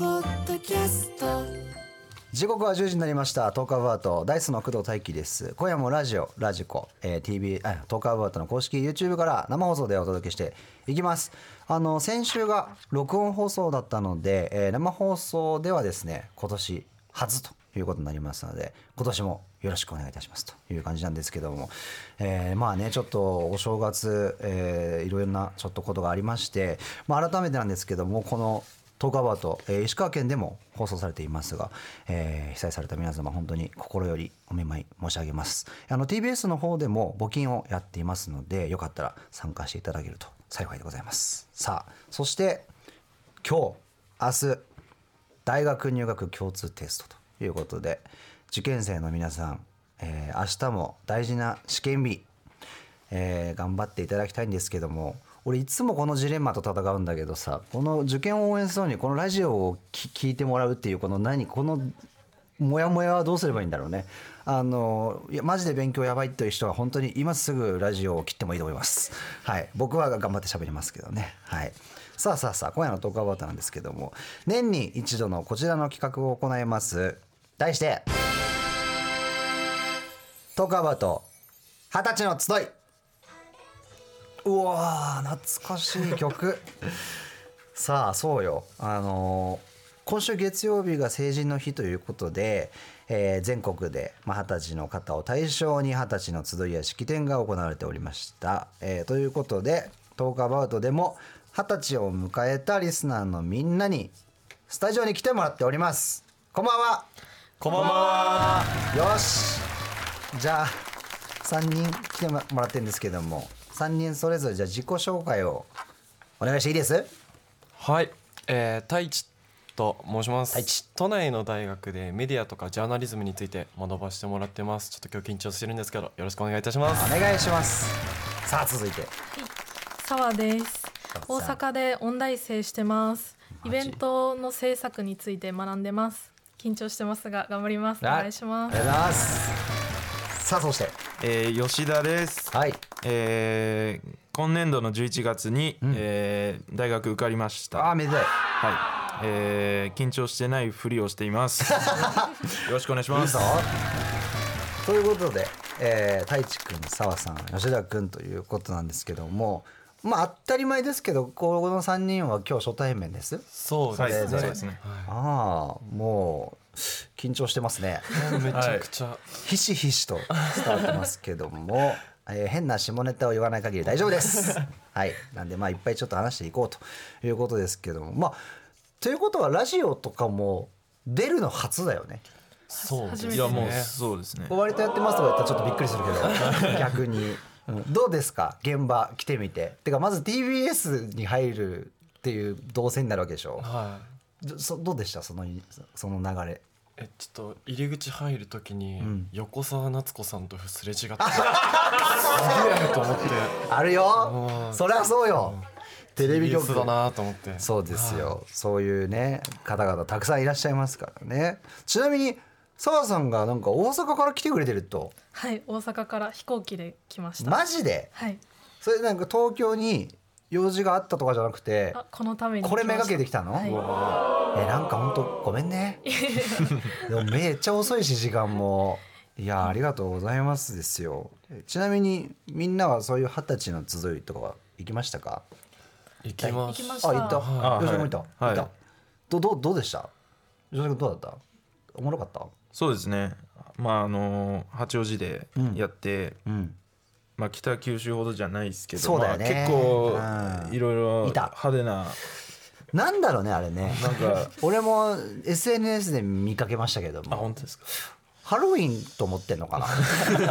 キャスト」時刻は10時になりましたトークアバウトダイスの工藤大輝です今夜もラジオラジコ、えー TV あトークアバウトの公式 YouTube から生放送でお届けしていきますあの先週が録音放送だったので、えー生放送ではですね今年初ということになりますので今年もよろしくお願いいたしますという感じなんですけども、えーまあねちょっとお正月、えーいろいろなちょっとことがありまして、まあ、改めてなんですけどもこのトークアバウト、えー石川県でも放送されていますが、えー被災された皆様本当に心よりお見舞い申し上げますあの TBS の方でも募金をやっていますのでよかったら参加していただけると幸いでございますさあそして今日明日大学入学共通テストということで受験生の皆さん、えー明日も大事な試験日、えー頑張っていただきたいんですけども俺いつもこのジレンマと戦うんだけどさこの受験を応援するのにこのラジオをき聞いてもらうっていうこの何このモヤモヤはどうすればいいんだろうねあのいやマジで勉強やばいという人は本当に今すぐラジオを切ってもいいと思いますはい僕は頑張って喋りますけどねはいさあさあさあ今夜のトークアバウトなんですけども年に一度のこちらの企画を行います題してトークアバウト二十歳の集いうわー懐かしい曲さあそうよあのー今週月曜日が成人の日ということで、えー全国でまあ二十、歳の方を対象に二十歳の集いや式典が行われておりました、えーということで「トークアバウト」でも二十歳を迎えたリスナーのみんなにスタジオに来てもらっておりますこんばんはこんばんは。よしじゃあ3人来てもらってるんですけども3人それぞれじゃあ自己紹介をお願いしていいですはい、えー、太一と申します。太一都内の大学でメディアとかジャーナリズムについて学ばしてもらってます。ちょっと今日緊張してるんですけど、よろしくお願いいたしまおす。願いしますさあ続いて沢です大沢さん阪で音大生してますイマジベントの制作について学んでます緊張してますが頑張りますおはい願いしまありがとうすございますさあそしてえー吉田です、はいえー今年度の11月に、んえー大学受かりましあたあ、めでたいはいえー緊張してないふりをしていま すよろしくお願いしいまいすぞということで、えー、太一くん澤さん吉田くんということなんですけどもまあ当たり前ですけどこの3人は今日初対面ですそうはいでそうすね。ですねああもう緊張してます ねめちゃくちゃ、ひしひしと伝わってますけども、 えー変な下ネタを言わない限り大丈夫 です。はい、なんでまあいっぱいちょっと話していこうということですけどもまあということはラジオとかも出るの初だよね。そうです初めいてやもうそうですね割とやってますとか言ったらちょっとびっくりするけど 逆に、うんどうですか現場来てみて。てかまず TBS に入るっていう動線になるわけでしょ。はい。どそどうでしたそのその流れ。えちょっと入り口入るときに、ん横澤夏子さんとすれ違ってすげえと思ってあるようんそりゃそうよテレビ局 TBS だなと思ってそうですよ、そういうね方々たくさんいらっしゃいますからねちなみに澤さんがなんか大阪から来てくれてるとはい大阪から飛行機で来ました、マジではいそれなんか東京に用事があったとかじゃなくてあこのために来ましたこれめがけてきたの、はいうわえなんかほんとごめん ねでもめっちゃ遅いし時間もいやありがとうございますですよちなみにみんなはそういう二十歳の集いとかは行きましたか行きま行すきましたあ、行った。はい吉田君行った。は行いった。どどどうでした？吉田君どうだった？おもろかった？そうですねまああのー八王子でやって、うん。まあ北九州ほどじゃないですけどそうだよねまあ、うん結構いろいろいた派手ななんだろうねあれね。なんか 俺も SNS で見かけましたけどあも本当ですかハロウィンと思ってんのか な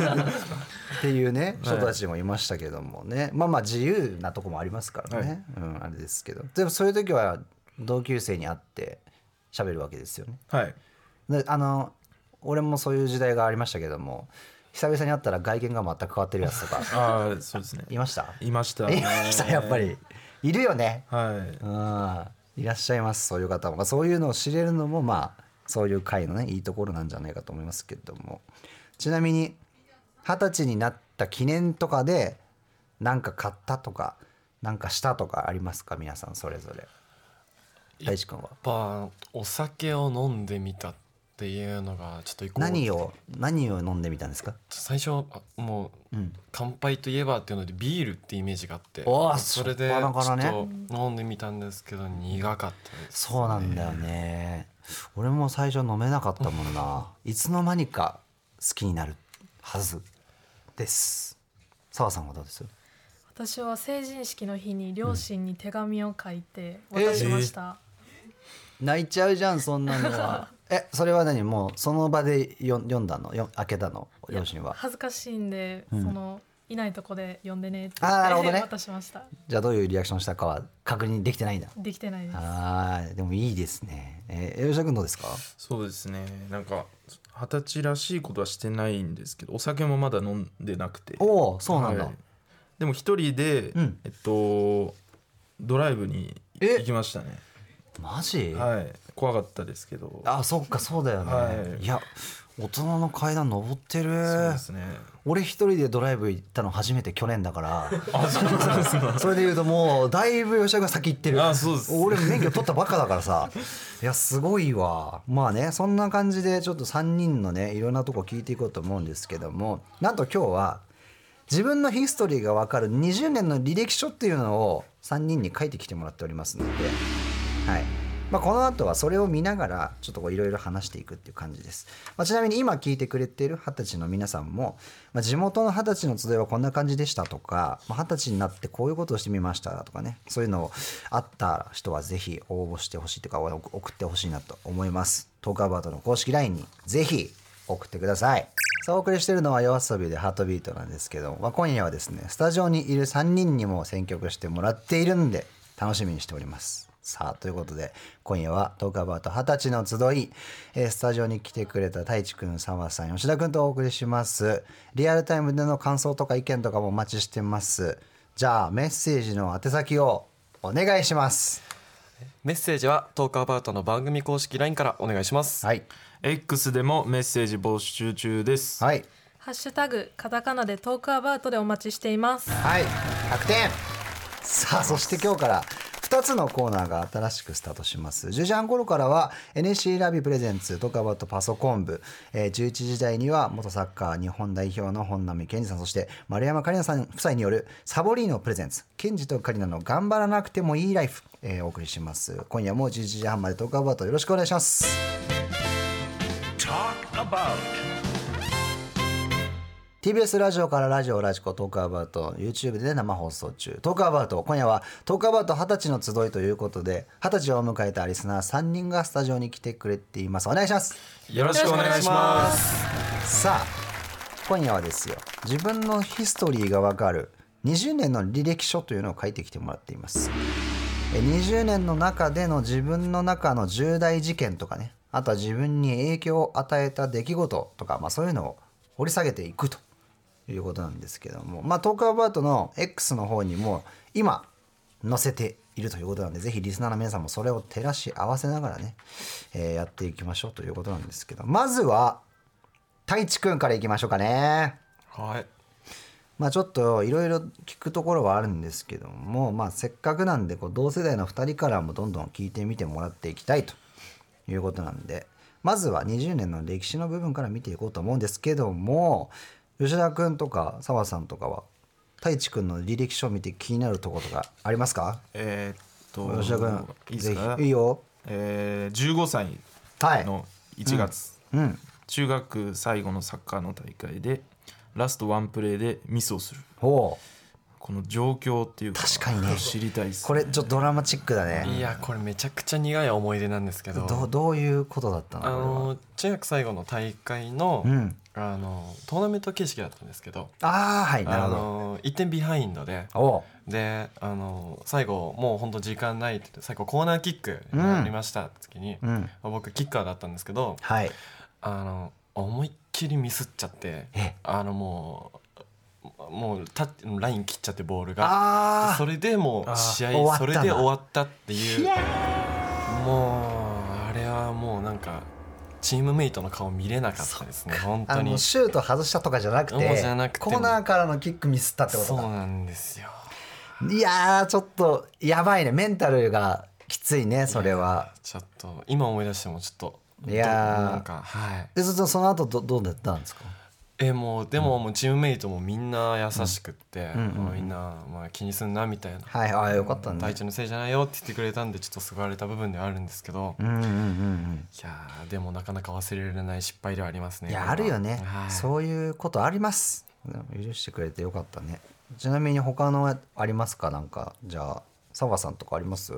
っていうね人たちもいましたけどもねまあまあ自由なとこもありますからね、うん、あれですけどでもそういう時は同級生に会って喋るわけですよねはいであの俺もそういう時代がありましたけども久々に会ったら外見が全く変わってるやつとかああそうですねいましたいましたねいましたやっぱりいるよねはいうんいらっしゃいますそういう方もまあそういうのを知れるのもまあそういう会のねいいところなんじゃないかと思いますけどもちなみに二十歳になった記念とかで何か買ったとか何かしたとかありますか皆さんそれぞれ大地君はぱお酒を飲んでみたっていうのがちょっと一個何を何を飲んでみたんですか、最初あもううん、乾杯といえばっていうのでビールってイメージがあっておーそれでち初っょ端からっねと飲んでみたんですけど苦かったですそうなんだよね俺も最初飲めなかったもんないつの間にか好きになるはずです澤さんはどうです私は成人式の日に両親に手紙を書いて渡しました、泣いちゃうじゃんそんなの はえそれは何もうその場でよ読んだのよ開けたのいや両親は恥ずかしいんで、うんそのいないとこで呼んでねってあーなるほどね渡しましたじゃあどういうリアクションしたかは確認できてないんだできてないですあーでもいいですねえー、吉田君どうですかそうですねなんか二十歳らしいことはしてないんですけどお酒もまだ飲んでなくておおそうなんだ、はいでも一人で、うんえっとドライブにえ行きましたねマジ、はい怖かったですけどあそっかそうだよね、、はいいや大人の階段登ってるそうですね俺一人でドライブ行ったの初めて去年だからそれで言うともうだいぶ吉田が先行ってるあそうです俺免許取ったばっかだからさいやすごいわまあねそんな感じでちょっと3人のねいろんなとこ聞いていこうと思うんですけどもなんと今日は自分のヒストリーが分かる20年の履歴書っていうのを3人に書いてきてもらっておりますので、はいまあ、この後はそれを見ながらちょっとこういろいろ話していくっていう感じです、まあ、ちなみに今聞いてくれている二十歳の皆さんも、まあ、地元の二十歳の集いはこんな感じでしたとかまあ二十、歳になってこういうことをしてみましたとかねそういうのあった人はぜひ応募してほしいというかお送ってほしいなと思いますトークアバートの公式 LINE にぜひ送ってくださいさあお送りしてるのは夜遊びでハートビートなんですけども、まあ、今夜はですねスタジオにいる3人にも選曲してもらっているんで楽しみにしておりますさあということで今夜はトークアバート二十歳の集い、えースタジオに来てくれた太一くん澤さん吉田くんとお送りしますリアルタイムでの感想とか意見とかもお待ちしてますじゃあメッセージの宛先をお願いしますメッセージはトークアバウトの番組公式 LINE からお願いします、はい X でもメッセージ募集中です、はいハッシュタグカタカナでトークアバウトでお待ちしていますはい、100点さあそして今日から2つのコーナーが新しくスタートします10時半頃からは NSC ラビプレゼンツトカバットパソコン部、えー11時台には元サッカー日本代表の本並健二さんそして丸山桂里奈さん夫妻によるサボリーノプレゼンツ健二と桂里奈の頑張らなくてもいいライフ、えーお送りします今夜も11時半までトカバットよろしくお願いします TBS ラジオからラジオラジコトークアバウト YouTube で生放送中トークアバウト今夜はトークアバウト二十歳の集いということで二十歳を迎えたリスナー3人がスタジオに来てくれていますお願いしますよろしくお願いしますさあ今夜はですよ自分のヒストリーがわかる20年の履歴書というのを書いてきてもらっていますえ20年の中での自分の中の重大事件とかねあとは自分に影響を与えた出来事とか、まあ、そういうのを掘り下げていくということなんですけどもまあトークアバウトの X の方にも今載せているということなんでぜひリスナーの皆さんもそれを照らし合わせながらね、えーやっていきましょうということなんですけどまずは太一くんからいきましょうかね。はいまあちょっといろいろ聞くところはあるんですけども、まあ、せっかくなんでこう同世代の2人からもどんどん聞いてみてもらっていきたいということなんでまずは20年の歴史の部分から見ていこうと思うんですけども吉田君とか澤さんとかは太一君の履歴書を見て気になるところとかありますかえーっと吉田君いいですかぜひいいよえー、15歳はい、の1月、うん、中学最後のサッカーの大会でラストワンプレーでミスをするほうこの状況っていうか確かにね知りたいです、ね、これちょっとドラマチックだいねやこれめちゃくちゃ苦い思い出なんですけどどどういうことだったのあの中学最後の大会の,、これはうん、あのトーナメント形式だったんですけどああはいなるあほどの1点ビハインドでおうであの最後もう本当時間ないって最後コーナーキックになりましたって時に、うん僕キッカーだったんですけどはいあの思いっきりミスっちゃってえあのもうもうタッライン切っちゃってボールがああそれでもう試あー合それで終わったんだ終わったっていうもうあれはもうなんかチームメイトの顔見れなかったですね本あ当にのシュート外したとかじゃなくもてうじゃなくてコーナーからのキックミスったってこそとうかなんですよいやーちょっとやばいねメンタルがきついねそれはちょっと今思い出してもちょっといやーなんかはいでずっとその後どどうだったんですかえもうでももうチームメイトもみんな優しくって、うんうんまあみんな、まあ、気にすんなみたいなはいああよかった大ね地のせいじゃないよって言ってくれたんでちょっと救われた部分ではあるんですけど、うんうんうんうんいやーでもなかなか忘れられない失敗ではありますねいやあるよねはいそういうことあります許してくれてよかったねちなみに他のはありますかなんかじゃあ澤さんとかあります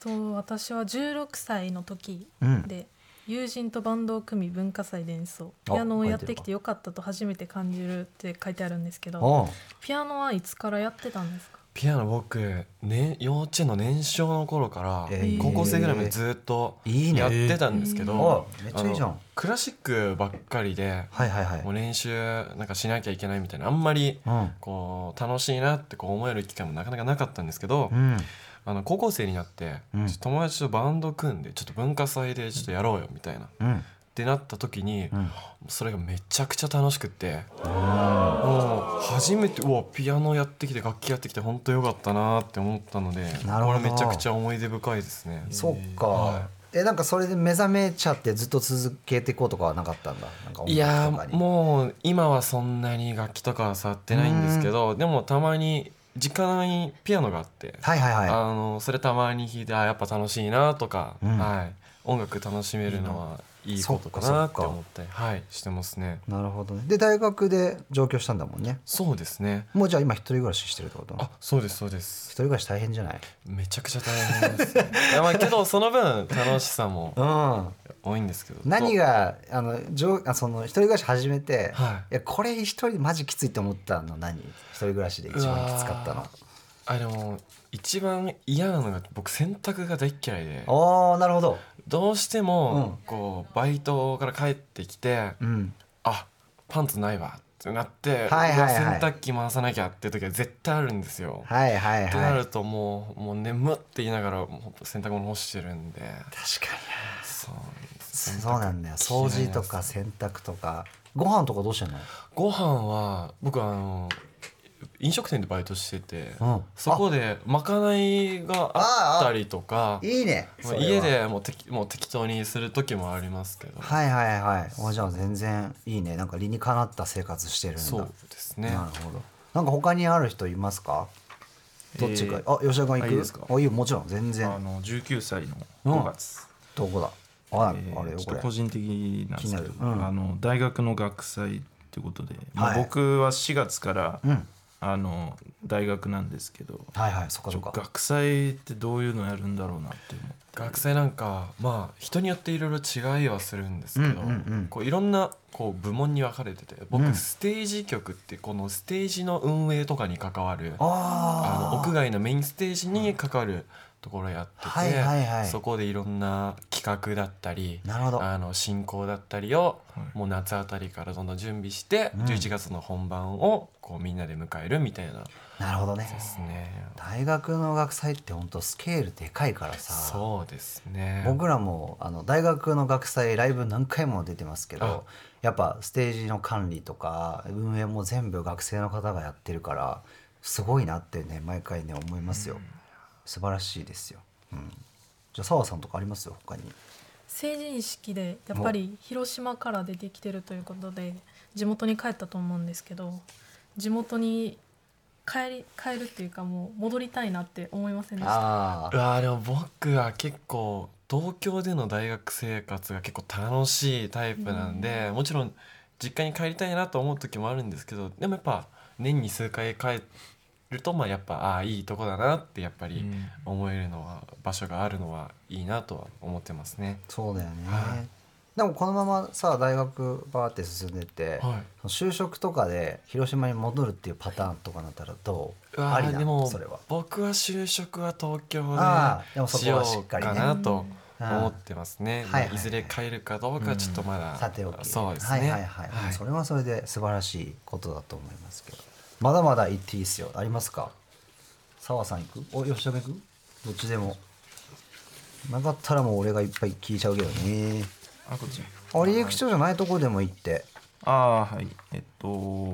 と私は16歳の時うんで、友人とバンドを組み文化祭で演奏あピアノをやっ書いてるわてきてよかったと初めて感じるって書いてあるんですけどおうピアノはいつからやってたんですかピアノ僕、ね、幼稚園の年少の頃からえー高校生ぐらいまでずっといいねやってたんですけえーどおうめっちゃいいじゃあんのクラシックばっかりではいはいはいもう練習なんかしなきゃいけないみたいなあんまりうこう楽しいなってこう思える機会もなかなかなかったんですけんどうんあの高校生になってうんちょっと友達とバンド組んでちょっと文化祭でちょっとやろうよみたいなっうんてなった時にうんそれがめちゃくちゃ楽しくってもう初めてうわピアノやってきて楽器やってきて本当良かったなって思ったのでなるほどこれめちゃくちゃ思い出深いですねそっか、はえなんかそれで目覚めちゃってずっと続けていこうとかはなかったんだなんか音楽とかにいやーもう今はそんなに楽器とかは触ってないんですけどでもたまに時間にピアノがあって、はいはいはあのそれたまに弾いてあやっぱ楽しいなとか、うんはい、音楽楽しめるのはいいことかなって思ってはいしてますねいなるほどねで大学で上京したんだもんねそうですねもうじゃあ今一人暮らししてるってことあそうですそうで一す人暮らし大変じゃないめちゃくちゃ大変です、ね、いやまあけどその分楽しさもう多いんですけどん何があの上あその一人暮らし始めて、はいやこれ一人でマジきついと思ったの何一人暮らしで一番きつかったうのわあでも一番嫌なのが僕洗濯が大っ嫌いでおーなるほどどうしてもこうバイトから帰ってきてうんあパンツないわってなって、はいはいはいうわ洗濯機回さなきゃって時は絶対あるんですよ。はいはいはいってなる確ともうもう眠って言いながらもう洗濯物干してるんでかにそうなんですそうなんだよ掃除とか洗濯とかご飯とかどうしてんのご飯は僕あの飲食店でバイトしてて、うんそこでまかないがあったりとかいいねまあそれは家でもうてきもう適当にする時もありますけど、はいはいはいおじゃあ全然いいねなんか理にかなった生活してるんだそうですねなるほどなんか他にある人いますかどっちか、えーあ吉田君行あくいいですかあいいよもちろん全然あの19歳の5月、どこだあ,、えーあれよちょこっれと個人的なんですけ気どに、なるうんあの大学の学祭ってことで、まはあ、い僕は4月から、うんあの大学なんですけどはいはいそっかちそょっか学祭ってどういうのやるんだろうなって思う学生なんかまあ人によっていろいろ違いはするんですけど、うんうんうんこういろんなこう部門に分かれてて僕、うんステージ局ってこのステージの運営とかに関わるあああの屋外のメインステージに関わるところやってて、はいはいはいそこでいろんな企画だったりなるほどあの進行だったりをはいもう夏あたりからどんどん準備して、うん11月の本番をこうみんなで迎えるみたいななるほどねですね。大学の学祭って本当スケールでかいからさそうですね僕らもあの大学の学祭ライブ何回も出てますけどやっぱステージの管理とか運営も全部学生の方がやってるからすごいなってね毎回ね思いますよ、素晴らしいですよ、うん、じゃあ澤さんとかありますよ他に成人式でやっぱり広島から出てきてるということで地元に帰ったと思うんですけど地元に帰り帰るっていうかもう戻りたいなって思いませんでしたあうわーでも僕は結構東京での大学生活が結構楽しいタイプなんで、もちろん実家に帰りたいなと思う時もあるんですけどでもやっぱ年に数回帰るとまあやっぱああーいいとこだなってやっぱり思えるのは、場所があるのはいいなとは思ってますね。そうだよね、はいでもこのままさ大学バーって進んでって、は就職とかで広島に戻るっていうパターンとかなったらどうい、うわありーなでのもそれは僕は就職は東京あーでもでそしこはよしっうかかりねなとうん思ってますねうん。まあはいはいはいいずれ帰るかどうかはちょっとまださておきそうですはね。いはいはい、それはそれで素晴らしいことだと思いますけどまだまだ言っていいっすよありますか澤さん行くお吉田君行くどっちでもなかったらもう俺がいっぱい聞いちゃうけどねあこっちあ履歴書じゃないとこでも行ってああはいえっと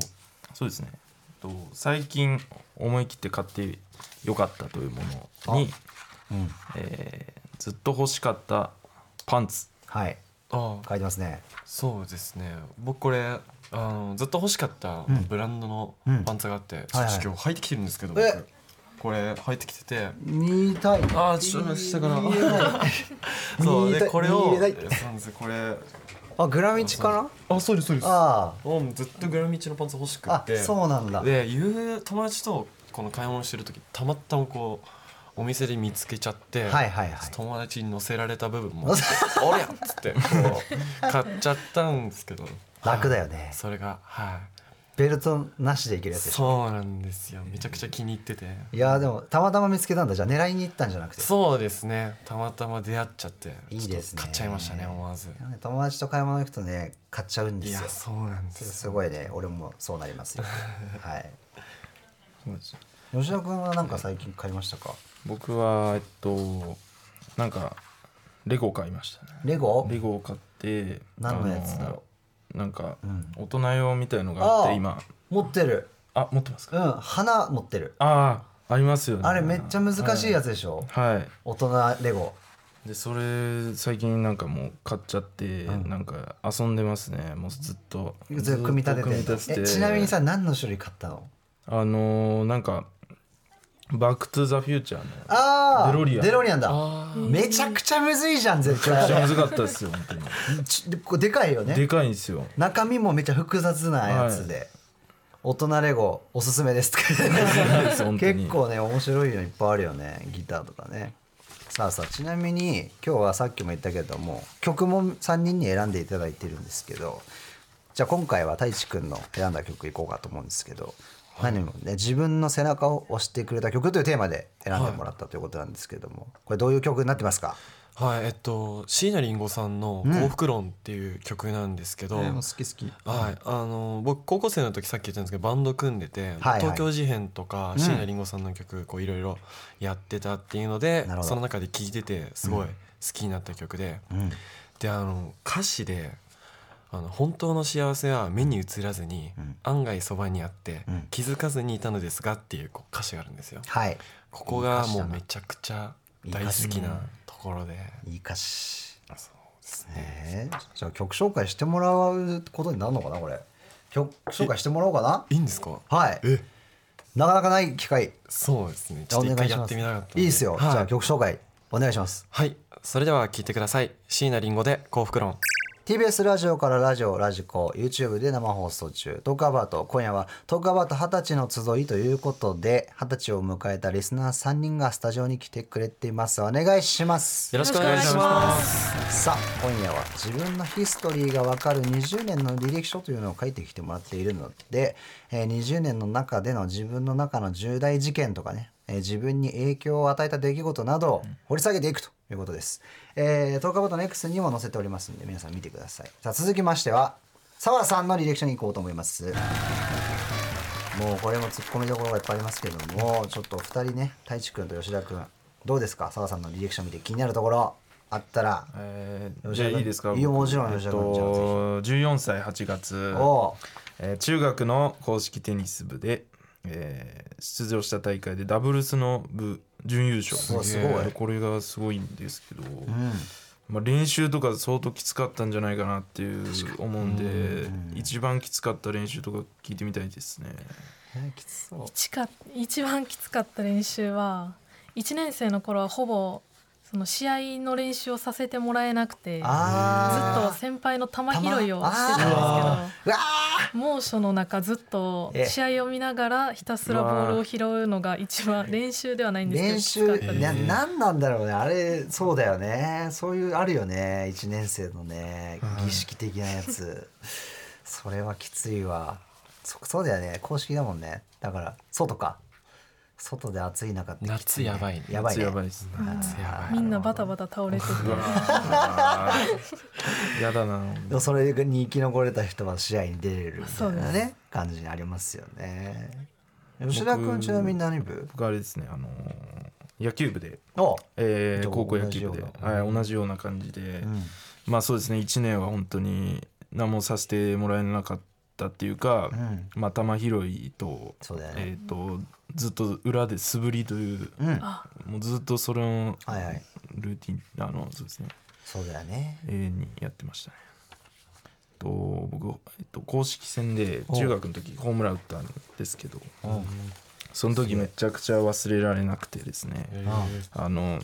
そうですね、えっと、最近思い切って買ってよかったというものにうんえーずっと欲しかったパンツはいあ書いてますねそうですね僕これあのずっと欲しかったうんブランドのうんパンツがあって、はいはいちょっと今日履いてきてるんですけど、え僕これ履いてきてて2対あーちょっと下から見えないそう見えでたこれ見をえそなうないんですこれあグラミチかなあそうですそうですあうんずっとグラミッチのパンツ欲しくああてそうなんだでいう友達とこの買い物してる時たまたまこうお店で見つけちゃって、はいはいはい友達に乗せられた部分も「おりゃ!」っつってこう買っちゃったんですけど楽だよよねそれがはいベルトなしでいけるやつでしょそうなんですよめちゃくちゃ気に入ってていやーでもたまたま見つけたんだじゃあ狙いに行ったんじゃなくてそうですねたまたま出会っちゃっていいですねちょっと買っちゃいましたね思わずなんか友達と買い物行くとね買っちゃうんでいやすよそうなんですそよれすごいね俺もそうなりますよはいそうです吉田君はなんか最近買いましたか僕はえっとなんかレゴ買いましたねレゴレゴを買って何のやつだろあのなんかうん大人用みたいのがあっあーて今持ってるあ持ってますうかん花持ってるああありますよねあれめっちゃ難しいやつでしょはい、は大人レゴいでそれ最近なんかもう買っちゃって、うんなんか遊んでますねもうずっとずっと組み立ててずっと組み立ててえちなみにさ何の種類買ったのあのー、なんか「バック・トゥ・ザ・フューチャー」のああデロリアンデロリアンだあーめちゃくちゃむずいじゃん絶対めっちゃむずかったですよ本当にちでこうでかいよねでかいんですよ中身もめっちゃ複雑なやつで、大人レゴおすすめですとかす 本当に結構ね面白いのいっぱいあるよねギターとかねさあさあちなみに今日はさっきも言ったけども曲も3人に選んでいただいてるんですけどじゃあ今回は太一くんの選んだ曲いこうかと思うんですけど、何もね自分の背中を押してくれた曲というテーマで選んでもらったということなんですけども、これどういう曲になってますか、はいえっと椎名林檎さんの「幸福論」っていう曲なんですけど、き好きはい、あの僕高校生の時さっき言ったんですけどバンド組んでて、はい東京事変とかうん椎名林檎さんの曲こういろいろやってたっていうので、なるほどその中で聴いててすごい好きになった曲で、うんであの歌詞であの「本当の幸せは目に映らずに、うん案外そばにあって、うん気づかずにいたのですが」っていうこう歌詞があるんですよ。はいここがもいい歌詞だうなめちゃくちゃ大好きなところで。いい歌詞そうですねねえじゃあ曲紹介してもらうことになるのかなこれ曲紹介してもらおうかないいんですかはいえなかなかない機会そうですねちじゃあょっおと願一い回しやまっすてみなかったんいいですよ、はいじゃあ曲紹介お願いしますはい、それでは聞いてください。椎名林檎で幸福論。 TBS ラジオからラジオラジコ YouTube で生放送中トークアバート今夜はトークアバート二十歳の集いということで二十歳を迎えたリスナー3人がスタジオに来てくれていますお願いしますよろししくくおお願願いいししまます。さあ今夜は自分のヒストリーがわかる20年の履歴書というのを書いてきてもらっているので、えー20年の中での自分の中の重大事件とかね、えー自分に影響を与えた出来事などを掘り下げていくということです。えー、トークアバートの X にも載せておりますので皆さん見てください。さあ続きましては澤さんの履歴書に行こうと思います。もうこれも突っ込みどころがいっぱいありますけどもちょっとお二人ね太一くんと吉田くんどうですか澤さんの履歴書見て気になるところあったらえー吉じ田ゃあ君いいですかいいよ僕もちろんえっ吉田君じゃあと14歳8月、おえー中学の公式テニス部で、えー出場した大会でダブルスの部準優勝うわすごいでこれがすごいんですけど、ううんまあ、練習とか相当きつかったんじゃないかなっていう思うんで一番きつかった練習とか聞いてみたいですねえきつそう一か一番きつかった練習は1年生の頃はほぼその試合の練習をさせてもらえなくてずっとあー先輩の球拾いをしてたんですけ球どあ。うわ猛暑の中ずっとええ試合を見ながらひたすらボールを拾うのが一番練習ではないんーですけど練きつ習かったですな何なんだろうねあれそうだよねそういうあるよね一年生のね儀式的なやつそれはきついわそそうだよね公式だもんねだから外か外で暑い中ってきつい、ね、夏やばいねやばいねやばいですね夏やばみい。んなバタバタ倒れててうわ ーやだなでもそれに生き残れた人は試合に出れるみたいそうなでね感じにありますよね吉田君ちなみに何部僕あれですねあのー野球部でおえじーゃあ高校野球部で同じようなはい、同じような感じで、うんまあそうですね1年は本当に何もさせてもらえなかったっていうか、うんまあ球拾いと,、そうだよねえー、とずっと裏で素振りという、うんあもうずっとそれをはいはいルーティン、あのそうですねそうだよね永遠にやってましたね。えっと僕、えっと、公式戦でお中学の時ホームラン打ったんですけどうんその時めちゃくちゃ忘れられなくてですねえあーあの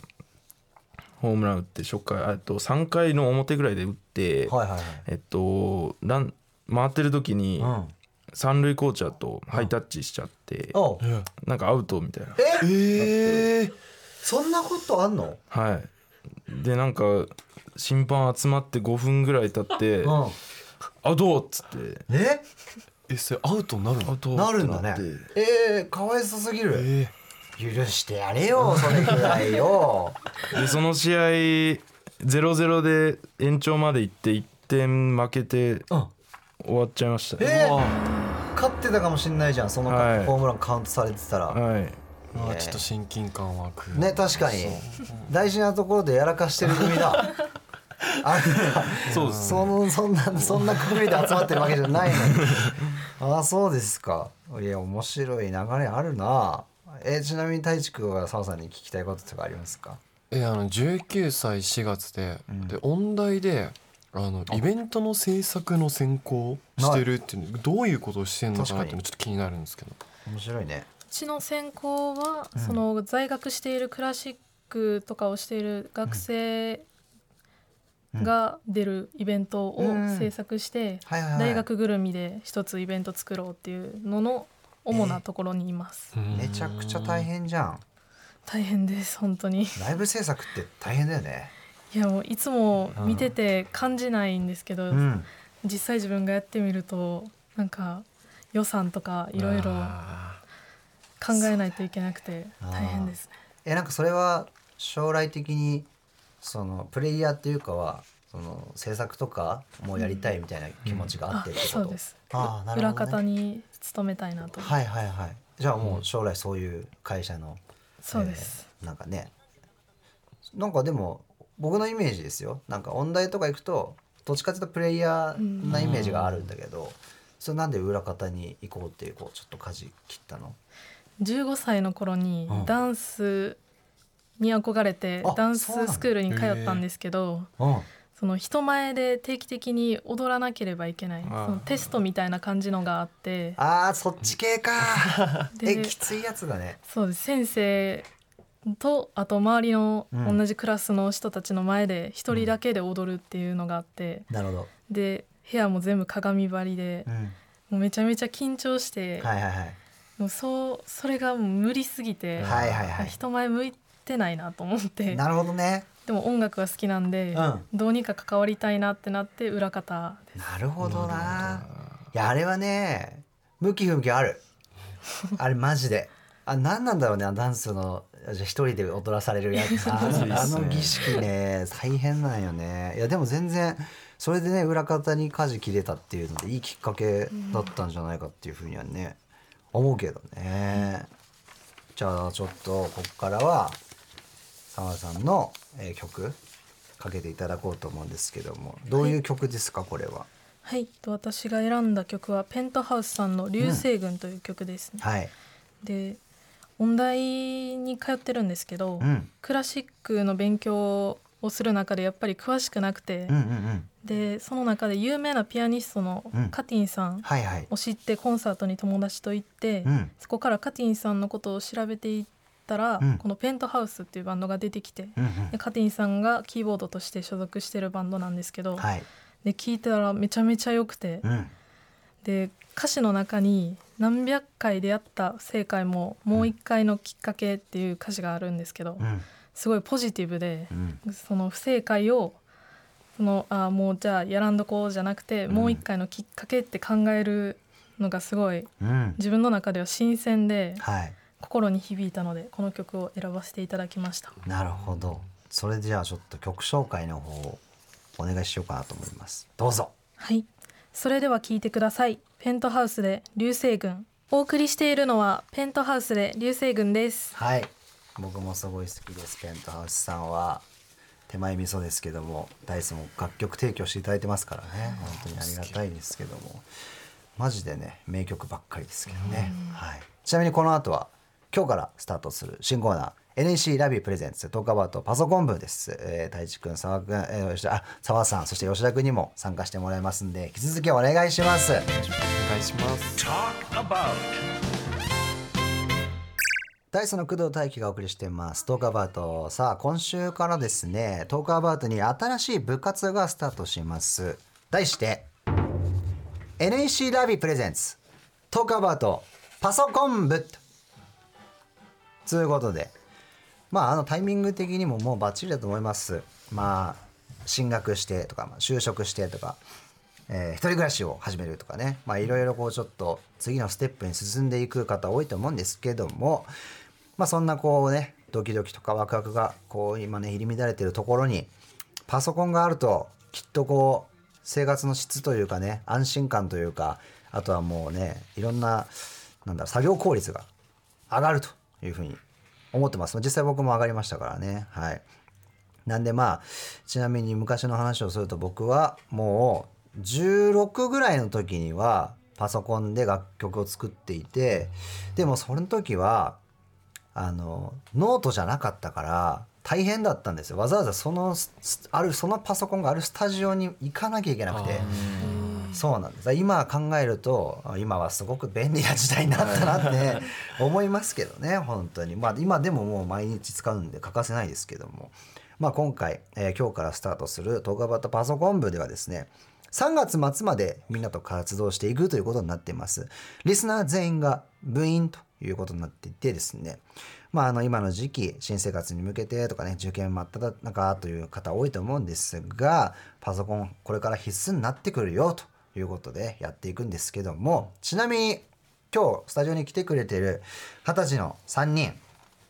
ホームラン打って初回あえっと3回の表ぐらいで打って、はいはいはいえっとラン回ってる時にうん三塁コーチャーとハイタッチしちゃって、おうえなんかアウトみたいな。ええーそんなことあんのはい、でなんか審判集まって5分ぐらい経ってう「アウト!」っつってんええそれアウトになる「アのウト!」なるんだねってなってえー、かわいそうすぎるえ許してやれよそれぐらいよでその試合0-0で延長まで行って1点負けてうん終わっちゃいました、えー、うー、わ勝ってたかもしんないじゃんそのホはいームランカウントされてたら、はい、うわちょっと親近感湧くね確かにそう大事なところでやらかしてる組 だあんなそうですそのそんなそんな組で集まってるわけじゃない のにああそうですかいや面白い流れあるなえちなみに太一君は澤さんに聞きたいこととかありますかえあの19歳4月で、で音大であのイベントの制作の専攻してるっていうのどういうことをしてんのかなっていうのちょっと気になるんですけど面白いねうちの専攻は、んその在学しているクラシックとかをしている学生が出るイベントをうん制作して、はいはいはい大学ぐるみで一つイベント作ろうっていうのの主なところにいます、めちゃくちゃ大変じゃん大変です本当にライブ制作って大変だよねいやもういつも見てて感じないんですけど、うん実際自分がやってみるとなんか予算とかいろいろあ考えないといけなくてあー大変ですねえなんかそれは将来的にそのプレイヤーっていうかはその制作とかもやりたいみたいな気持ちがあっあてってこと、そうですあーなるほどね裏方に勤めたいなと、はいはいはいじゃあもう将来そういう会社の、そうです、えーなんかねなんかでも僕のイメージですよなんか音大とか行くとどっちかっていうとプレイヤーなイメージがあるんだけど、それなんで裏方に行こうっていうこうちょっと舵切ったの15歳の頃にうんダンスに憧れてあダンそうなんスだスクールに通ったんですけどうんその人前で定期的に踊らなければいけないそあーのテストみたいな感じのがあってあーそっち系 かえできついやつだ ねそうです先生とあと周りのうん同じクラスの人たちの前で一人だけで踊るっていうのがあって、なるほど、で部屋も全部鏡張りでう、ん、もうめちゃめちゃ緊張して、はいはいはいもうそうそれがもう無理すぎて、はいはいはい人前向いてないなと思ってなるほどね。でも音楽は好きなんで、うんどうにか関わりたいなってなって裏方ですなるほどな。いやあれはね、向き不向きある。あれマジで。あ何なんだろうねあのダンスのじゃあ一人で踊らされるや つあずいっすねあの儀式ね大変なんよねいやでも全然それでね裏方に舵切れたっていうのでいいきっかけだったんじゃないかっていうふうにはね思うけどねじゃあちょっとここからは澤田さんの、えー曲かけていただこうと思うんですけどもどういう曲ですかこれははい私が選んだ曲はペントハウスさんの「流星群」という曲ですね、はいで音大に通ってるんですけど、うんクラシックの勉強をする中でやっぱり詳しくなくて、うんうんうんでその中で有名なピアニストのうんカティンさんはいはいを知ってコンサートに友達と行って、うんそこからカティンさんのことを調べていったら、うんこの「ペントハウス」っていうバンドが出てきて、うんでカティンさんがキーボードとして所属してるバンドなんですけうど、んはいで聞いたらめちゃめちゃ良くて、うんで歌詞の中に「何百回出会った正解ももう一回のきっかけ」っていう歌詞があるんですけど、うんすごいポジティブでう、んその不正解をそのあもうじゃあやらんどこうじゃなくて、うんもう一回のきっかけって考えるのがすごいうん自分の中では新鮮ではい心に響いたのでこの曲を選ばせていただきましたなるほどそれじゃあちょっと曲紹介の方をお願いしようかなと思いますどうぞはいそれでは聴いてくださいペントハウスで流星群お送りしているのはペントハウスで流星群ですはい僕もすごい好きですペントハウスさんは手前味噌ですけどもダイスも楽曲提供していただいてますからね本当にありがたいですけどもマジでね名曲ばっかりですけどね、はい、ちなみにこの後は今日からスタートする新コーナー NEC ラビープレゼンツトークアバートパソコン部です。えー、太一くん、沢くん、えー、吉田あ沢さん、そして吉田くんにも参加してもらいますんで、引き続きお願いします。お願いします。ダイソンの工藤大輝がお送りしてます。トークアバウト。さあ、今週からですね、トークアバウトに新しい部活がスタートします。題して、NEC ラビプレゼンツ、トークアバウト、パソコン部。ということで、まあ、あのタイミング的にももうバッチリだと思います。まあ、進学してとか、まあ就職してとか、えー一人暮らしを始めるとかね、まあ、いろいろこうちょっと次のステップに進んでいく方多いと思うんですけども、まあ、そんなこうねドキドキとかワクワクがこう今ね入り乱れてるところにパソコンがあるときっとこう生活の質というかね安心感というかあとはもうねいろんななんだろう作業効率が上がるというふうに思ってます実際僕も上がりましたからねはい。なんでまあちなみに昔の話をすると僕はもう16ぐらいの時にはパソコンで楽曲を作っていてでもその時はあのノートじゃなかったから大変だったんですよわざわざそのススあるそのパソコンがあるスタジオに行かなきゃいけなくて。そうなんです今考えると今はすごく便利な時代になったな って思いますけどね本当にまあ今でももう毎日使うんで欠かせないですけども、まあ、今回、えー今日からスタートする「トークアバットパソコン部」ではですね3月末までみんなと活動していくということになっています。リスナー全員が部員ということになっていてですね、まあ、あの今の時期新生活に向けてとかね受験真っ只中という方多いと思うんですがパソコンこれから必須になってくるよということでやっていくんですけどもちなみに今日スタジオに来てくれてる二十歳の3人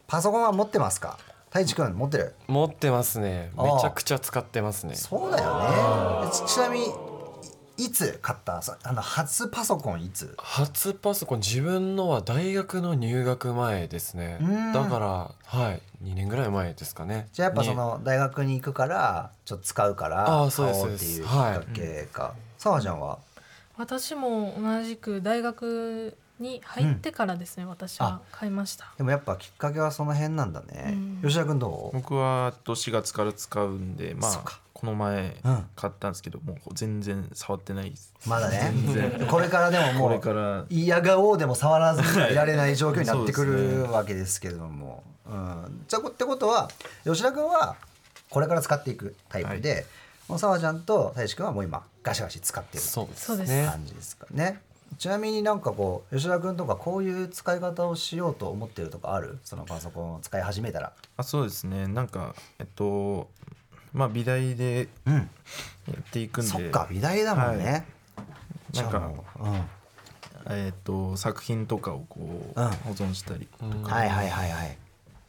パソコンは持ってますか太一くん持ってる持ってますね。あめーちゃくちゃ使ってますね。そうだよねちちなみにいいつ買ったそあの初パソコンいつ初パソコン自分のは大学の入学前ですねうんだからはい2年ぐらい前ですかねじゃあやっぱそにの大学に行くからちょっと使うからあーそう買ですおうっていうきっそうかでけすかさわちゃんは私も同じく大学に入ってからですね、私は買いましたでもやっぱきっかけはその辺なんだねうん吉田君どう僕はあと4月から使うんでまそっあかこの前うん買ったんですけど、もう全然触ってないですまだね全然これからでもこもれうから嫌がおうでも触らずにいられない状況になってくそうでするねわけですけれども、うん、じゃあってことは吉田君はこれから使っていくタイプで、もう澤ちゃんと太一君はもう今ガシガシ使ってるそうでそうすですね感じですかね。ちなみになんかこう吉田君とかこういう使い方をしようと思ってるとかあるそのパソコンを使い始めたら。あそうですねなんかえっとまあ美大でうん、やっていくんでそっか美大だもんね。はいじゃあなんかもううん、はえっと作品とかをこううん保存したりうんいはいはいはい。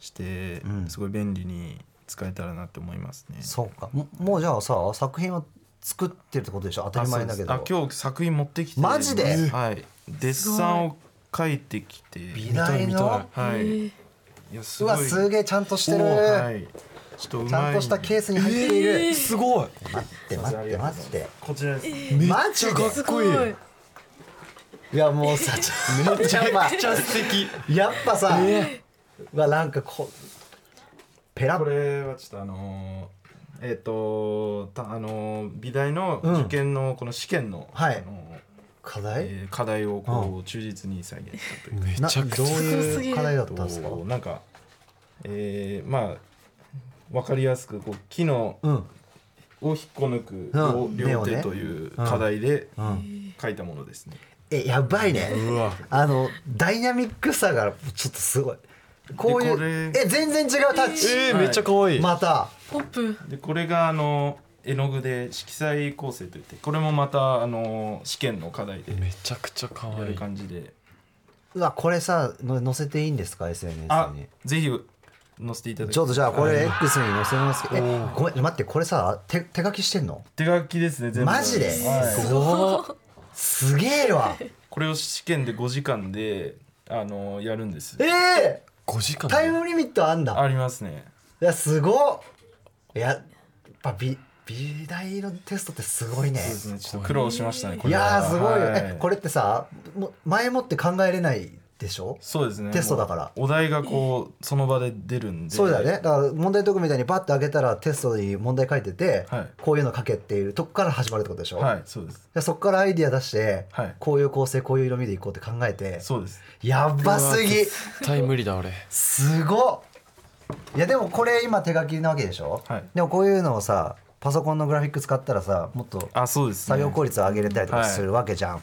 して、うんすごい便利に使えたらなって思いますね。そうかももうじゃあさ作品は作ってるってことでしょ当たり前だけどあそうですあ今日作品持ってきてマジではいデッサンを描いてきて美大見たい見たいのはい、えーいやすうごいわすげえちゃんとしてる、おーはいちょっとうまいちゃんとしたケースに入っている、えーすごい待って待って待ってこちらです、マジでかっこいいいやもうさちょめっちゃうまいめっちゃ素敵やっぱさ、うわなんかこうペラこッれはちょっとあのーえっ、とたあのー美大のうん受験のこの試験の、はいあのー課題、えー課題をこう忠実に再現したというめちなゃくちどうゃすいげうえ課題だったんですかとなんかえー、まあわかりやすくこう木のうんを引っこ抜くうん両両手という課題でうん書いたものですね。えやばいねうわあのダイナミックさがちょっとすごいこういこれうえ全然違うタッチ、えーはいめっちゃ可愛いまたポップでこれがあの絵の具で色彩構成といってこれもまたあの試験の課題でめちゃくちゃ可や愛るい感じでうわこれさの載せていいんですか SNS あにぜひ載せていただきちょっとじゃあこれ X に載せますけど、おえごめん待ってこれさ手手書きしてんの手書きですね全部マジではい、おすげえわこれを試験で5時間であのやるんですええ5時間タイムリミットあんだありますねいやすごっいややっぱ美美大のテストってすごいねそうですねちょっと苦労しましたねこいれはやーすごいよ、はえこれってさも前もって考えれないでしょそうですねテストだからもうお題がこうその場で出るんでそうだよねだから問題解くみたいにパッて開けたらテストに問題書いてて、はいこういうの書けっていうとこから始まるってことでしょ、はいそうですでそこからアイディア出して、はいこういう構成こういう色味でいこうって考えてそうですやばすぎ絶対無理だ俺すごっいやでもこれ今手書きなわけでしょ、はいでもこういうのをさパソコンのグラフィック使ったらさもっとあそうです、ね、作業効率を上げれたりとかはいするわけじゃん、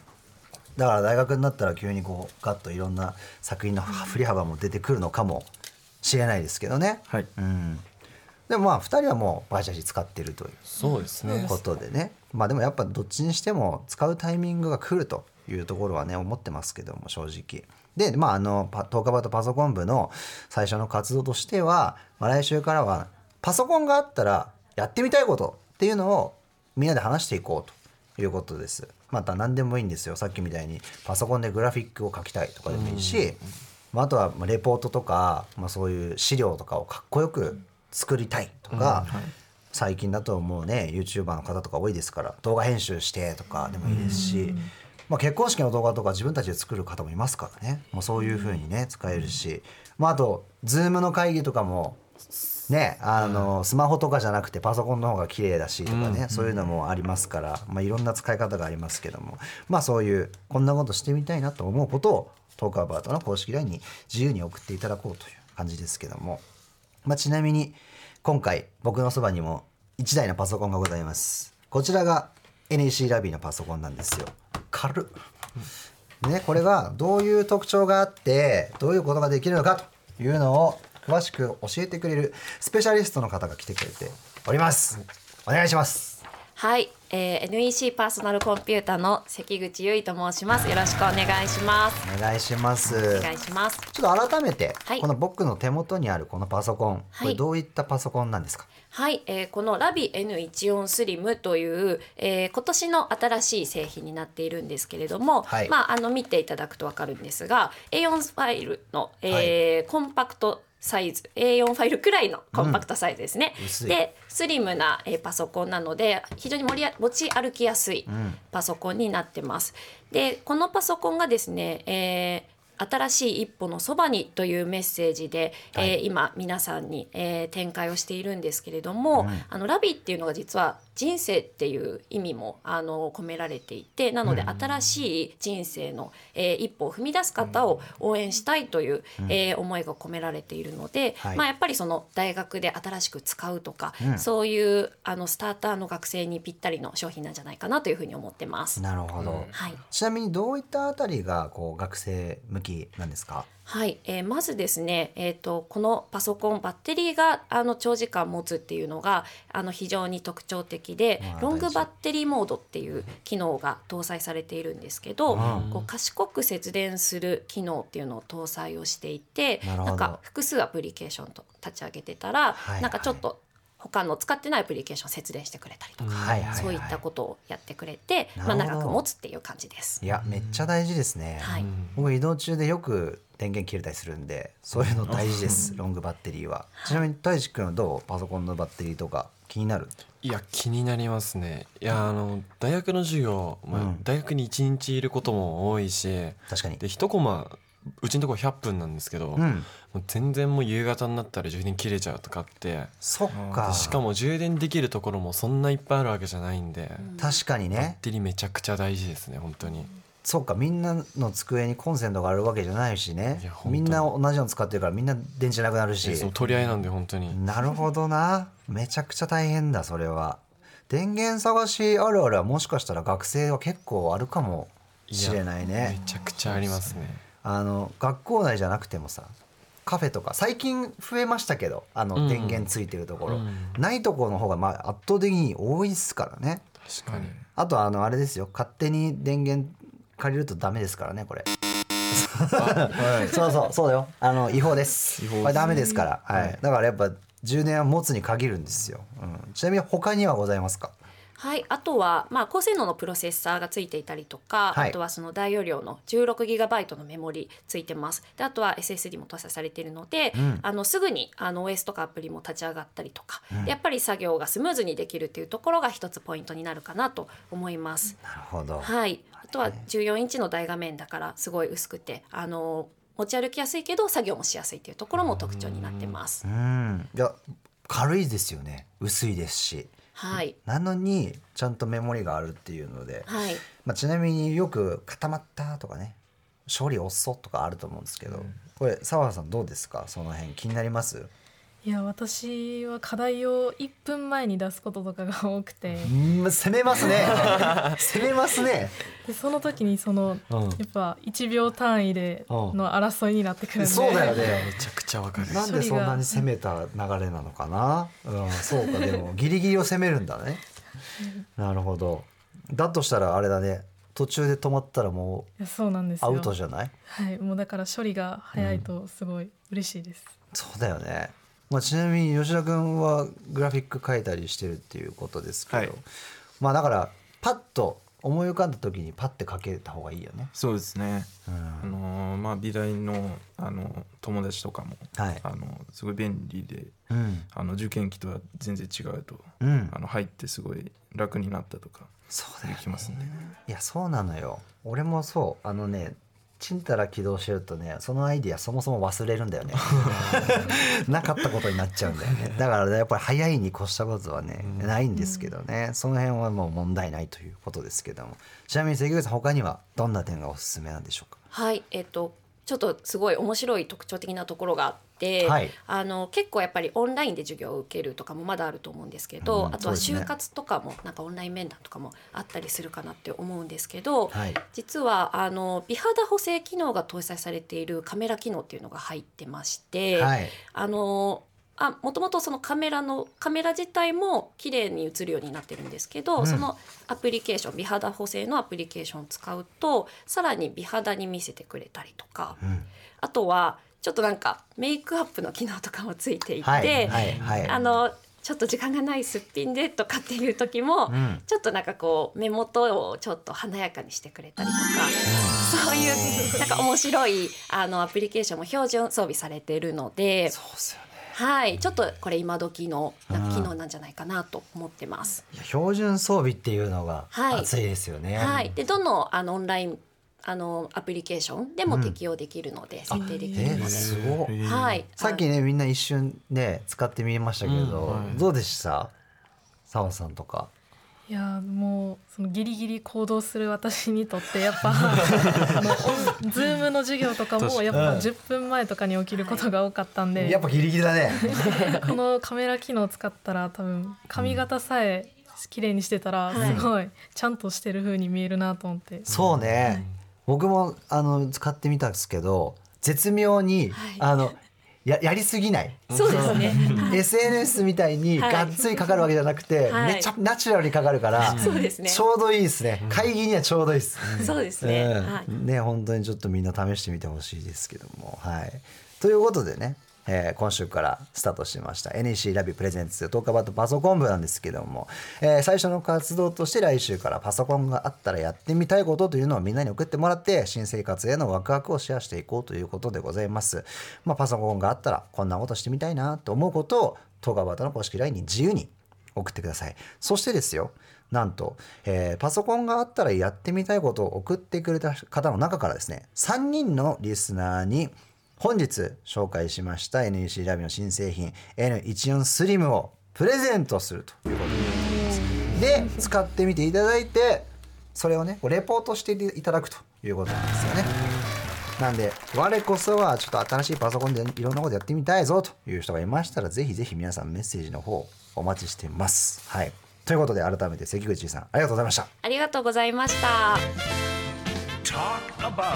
だから大学になったら急にこうガッといろんな作品の振り幅も出てくるのかもしれないですけどね、はいうん、でもまあ2人はもうバーチャル使ってるというそうですねことでねまあでもやっぱどっちにしても使うタイミングが来るというところはね思ってますけども正直でまああのパ10日バートパソコン部の最初の活動としては、まあ、来週からはパソコンがあったらやってみたいことっていうのをみんなで話していこうということですまた何でもいいんですよさっきみたいにパソコンでグラフィックを書きたいとかでもいいし、まあ、あとはまあレポートとか、まあ、そういう資料とかをかっこよく作りたいとか、最近だともうね YouTuber の方とか多いですから動画編集してとかでもいいですし、まあ、結婚式の動画とか自分たちで作る方もいますからねもうそういうふうにね使えるし、まあ、あと Zoom の会議とかもねあのスマホとかじゃなくてパソコンの方が綺麗だしとかね、そういうのもありますから、まあ、いろんな使い方がありますけどもまあそういうこんなことしてみたいなと思うことをトークアバートの公式 LINE に自由に送っていただこうという感じですけども、まあ、ちなみに今回僕のそばにも1台のパソコンがございますこちらが NEC ラビーのパソコンなんですよ軽っね、これがどういう特徴があってどういうことができるのかというのを詳しく教えてくれるスペシャリストの方が来てくれておりますお願いしますはい、えー、NEC パーソナルコンピュータの関口優衣と申します。よろしくお願いします。お願いしますお願いします。ちょっと改めて、はいこの僕の手元にあるこのパソコンこはれいどういったパソコンなんですか、はい、えーこのラビ N14 スリムという、えー今年の新しい製品になっているんですけれども、はいまああの見ていただくとわかるんですが、A4 ファイルの、えーコンパクトサイズ A4 ファイルくらいのコンパクトサイズですね。うん薄いでスリムな、えーパソコンなので非常に盛りあ持ち歩きやすいパソコンになってます。でこのパソコンがですね、えー新しい一歩のそばにというメッセージで、はいえー今皆さんに、えー展開をしているんですけれども、あのラビっていうのが実は人生っていう意味もあの込められていてなので新しい人生の、えー一歩を踏み出す方を応援したいという、えー思いが込められているので、はいまあ、やっぱりその大学で新しく使うとか、そういうあのスターターの学生にぴったりの商品なんじゃないかなというふうに思ってます。なるほど、はいちなみにどういったあたりがこう学生向きなんですかはい、えーまずですね、えー、とこのパソコンバッテリーがあの長時間持つっていうのがあの非常に特徴的であロング大事バッテリーモードっていう機能が搭載されているんですけどうんこう賢く節電する機能っていうのを搭載をしていてなるほどなんか複数アプリケーションと立ち上げてたら、はいなんかちょっと他の使ってないアプリケーションを節電してくれたりとか、はいはいはいそういったことをやってくれて、まあ、なるほど長く持つっていう感じです。いやめっちゃ大事ですね、はい僕移動中でよく電源切れたりするんでそういうの大事ですロングバッテリーはちなみに大志くんはどうパソコンのバッテリーとか気になるいや気になりますねいやあの大学の授業、まあうん大学に1日いることも多いし確かにで1コマうちのとこ100分なんですけど、うもんう全然もう夕方になったら充電切れちゃうとかあってそっかでしかも充電できるところもそんないっぱいあるわけじゃないんで、確かにバッねテリーめちゃくちゃ大事ですね本当に、そっかみんなの机にコンセントがあるわけじゃないしねいや本当みにんな同じの使ってるからみんな電池なくなるしそう取り合いなんで本当に、なるほどなめちゃくちゃ大変だそれは電源探しあるあるはもしかしたら学生は結構あるかもしれないねめちゃくちゃありますねあの学校内じゃなくてもさカフェとか最近増えましたけどあうのん電源ついてるところ、うんないところの方がまあ圧倒的に多いですからね確かに、あとあのあれですよ勝手に電源借りるとダメですからねこれはい そうそうそうだよあの違法です違法ですこれダメですから、はい、だからやっぱ充電は持つに限るんですよ、うん、ちなみに他にはございますかはい、あとは、まあ、高性能のプロセッサーがついていたりとか、はいあとはその大容量の 16GB のメモリついてますであとは SSD も搭載されているので、んあのすぐにあの OS とかアプリも立ち上がったりとか、でやっぱり作業がスムーズにできるっていうところが一つポイントになるかなと思います。なるほど、はい、あとは14インチの大画面だからすごい薄くてあの持ち歩きやすいけど作業もしやすいっていうところも特徴になってまう。すんいや軽いですよね薄いですしはい、なのにちゃんとメモリがあるっていうので、はい、まあ、ちなみによく「固まった」とかね「処理遅」とかあると思うんですけど、これ澤さんどうですかその辺気になりますいや私は課題を1分前に出すこととかが多くてうん攻めます ね攻めますねでその時にそのうんやっぱ1秒単位での争いになってくるん でそうだよねめちゃくちゃわかるなんでそんなに攻めた流れなのかな、うん、そうかで もギリギリを攻めるんだねなるほどだとしたらあれだね途中で止まったらもいやそうなんでうすアよウトじゃないはいもうだから処理が早いとすごい嬉しいです、そうだよね、まあ、ちなみに吉田君はグラフィック描いたりしてるっていうことですけど、はいまあだからパッと思い浮かんだ時にパッて描けた方がいいよね、そうですねうんあのーまあ美大のあの友達とかも、はいあのすごい便利でうんあの受験期とは全然違うと、うんあの入ってすごい楽になったとかそうだでよきますね。いやそうなのよ俺もそうあのねちんたら起動してるとねそのアイディアそもそも忘れるん だよねなかったことになっちゃうんだよねだからねやっぱり早いに越したことはねないんですけどねその辺はもう問題ないということですけどもちなみに関口さん他にはどんな点がおすすめなんでしょうかはい、えっとちょっとすごい面白い特徴的なところがあって、はいあの結構やっぱりオンラインで授業を受けるとかもまだあると思うんですけど、うんあとはそうですね就活とかもなんかオンライン面談とかもあったりするかなって思うんですけど、はい実はあの美肌補正機能が搭載されているカメラ機能っていうのが入ってまして、はいあのあもともとそのカメラのカメラ自体も綺麗に映るようになってるんですけど、うんそのアプリケーション美肌補正のアプリケーションを使うとさらに美肌に見せてくれたりとか、うんあとはちょっとなんかメイクアップの機能とかもついていて、はいはいはいあのちょっと時間がないすっぴんでとかっていう時も、うんちょっとなんかこう目元をちょっと華やかにしてくれたりとか、そういうなんか面白いあのアプリケーションも標準装備されているので、そうっすよねはい、ちょっとこれ今時のなんか機能なんじゃないかなと思ってます。いや標準装備っていうのがはい熱いですよね、はい、でどのあのオンラインあのアプリケーションでも適用できるので、設定できるえのー、で、すごっはい、さっきねみんな一瞬ね使ってみましたけど、うんはいどうでした澤さんとかいやもうそのギリギリ行動する私にとってや っぱあのオンズームの授業とかもやっぱうん10分前とかに起きることが多かったんで、やっぱギリギリだねこのカメラ機能使ったら多分髪型さえ綺麗にしてたらはいすごいちゃんとしてる風に見えるなと思って、そうね、僕もあの使ってみたんですけど絶妙に、はいあのややりすぎないそうですね。 SNS みたいにはいがっつりかかるわけじゃなくて、はいめっちゃナチュラルにかかるから、そうですねちょうどいいですね会議にはちょうどいいです、 そうですね。うんはい。ね本当にちょっとみんな試してみてほしいですけどもはいということでね、えー今週からスタートしました NEC ラビプレゼンツ10日バットパソコン部なんですけども、えー最初の活動として来週からパソコンがあったらやってみたいことというのをみんなに送ってもらって新生活へのワクワクをシェアしていこうということでございます、まあ、パソコンがあったらこんなことしてみたいなと思うことを10日バットの公式 LINE に自由に送ってください。そしてですよ、なんと、えーパソコンがあったらやってみたいことを送ってくれた方の中からですね、3人のリスナーに本日紹介しました NEC ラビの新製品 N14 スリムをプレゼントするということでございます。で、使ってみていただいて、それをね、こうレポートしていただくということなんですよね。なんで、我こそはちょっと新しいパソコンでいろんなことやってみたいぞという人がいましたら、ぜひぜひ皆さんメッセージの方お待ちしてます。はい。ということで、改めて関口さん、ありがとうございました。ありがとうございました。 Talk about.